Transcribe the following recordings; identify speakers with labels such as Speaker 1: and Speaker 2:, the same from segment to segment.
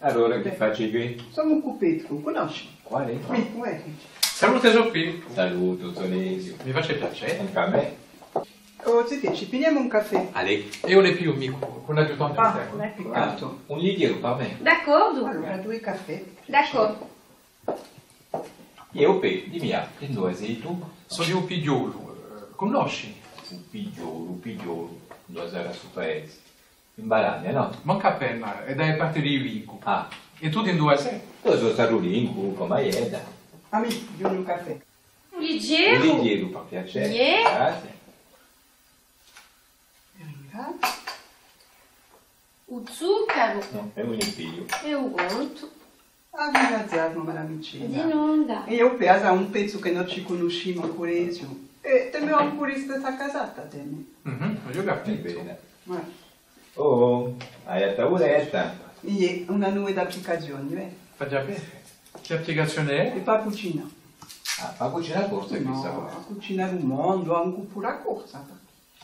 Speaker 1: calore che fa Gigi?
Speaker 2: Sono un cuppetto, lo conosci?
Speaker 1: 40.
Speaker 2: Eh, Com'è?
Speaker 3: Salute qui,
Speaker 1: Saluto, Tonesio.
Speaker 3: mi face piacere.
Speaker 1: Anche a me.
Speaker 2: Oh, zitti, ci prendiamo un caffè.
Speaker 1: A lei.
Speaker 3: Io ne più, amico, con l'aiutante
Speaker 2: Ah,
Speaker 3: Stefano.
Speaker 2: ecco, alto.
Speaker 1: Un litro a me.
Speaker 4: D'accordo?
Speaker 2: Allora, due caffè.
Speaker 4: D'accordo.
Speaker 1: Io per di mia, in due sei tu?
Speaker 3: Sono di un pigliolo, eh, conosci?
Speaker 1: Un pigiolo, pigiolo. Due sarà sul paese. In Baragna, no?
Speaker 3: Manca penna, è da parte di Vico.
Speaker 1: Ah,
Speaker 3: E tu in due sei?
Speaker 1: io sono Sarulin, Cuco, Maieda.
Speaker 2: Amici, di un caffè.
Speaker 1: Un
Speaker 4: Ligeiro?
Speaker 1: litro, fa piacere.
Speaker 4: Yeah.
Speaker 1: Grazie.
Speaker 2: Arriva.
Speaker 4: O zucchero
Speaker 1: No, è un impiglio.
Speaker 4: e o gonto
Speaker 2: Ah, A minacciarmi una
Speaker 4: di
Speaker 2: ramicina.
Speaker 4: nonda.
Speaker 2: Io peso a un pezzo che non ci conosciamo ancora Ezio. E temo ancora stessa casata, temo.
Speaker 3: Mhm, io capito.
Speaker 1: Bene.
Speaker 2: Ma,
Speaker 1: Oh, hai la tavoletta.
Speaker 2: e una nuova d'applicazioni, eh?
Speaker 3: Fa già bene. Che applicazione è?
Speaker 2: E fa cucina.
Speaker 1: Ah, fa cucina corsa questa
Speaker 2: No, a
Speaker 1: volta.
Speaker 2: cucinare un mondo, anche pura corsa.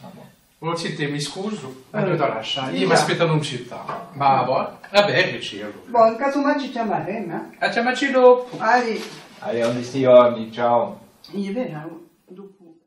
Speaker 1: Ah, no.
Speaker 3: Oh, sì, te, mi scuso, ma
Speaker 2: Eh.
Speaker 3: io da lasciare.
Speaker 2: Sì.
Speaker 3: Io mi aspettano in città. Ma va, vabbè, che c'ero.
Speaker 2: Boh, in caso mai ci chiameremo, eh?
Speaker 3: A chiamarci dopo.
Speaker 2: Ali,
Speaker 1: Allez, on est ici, on dit ciao.
Speaker 2: io verrò dopo.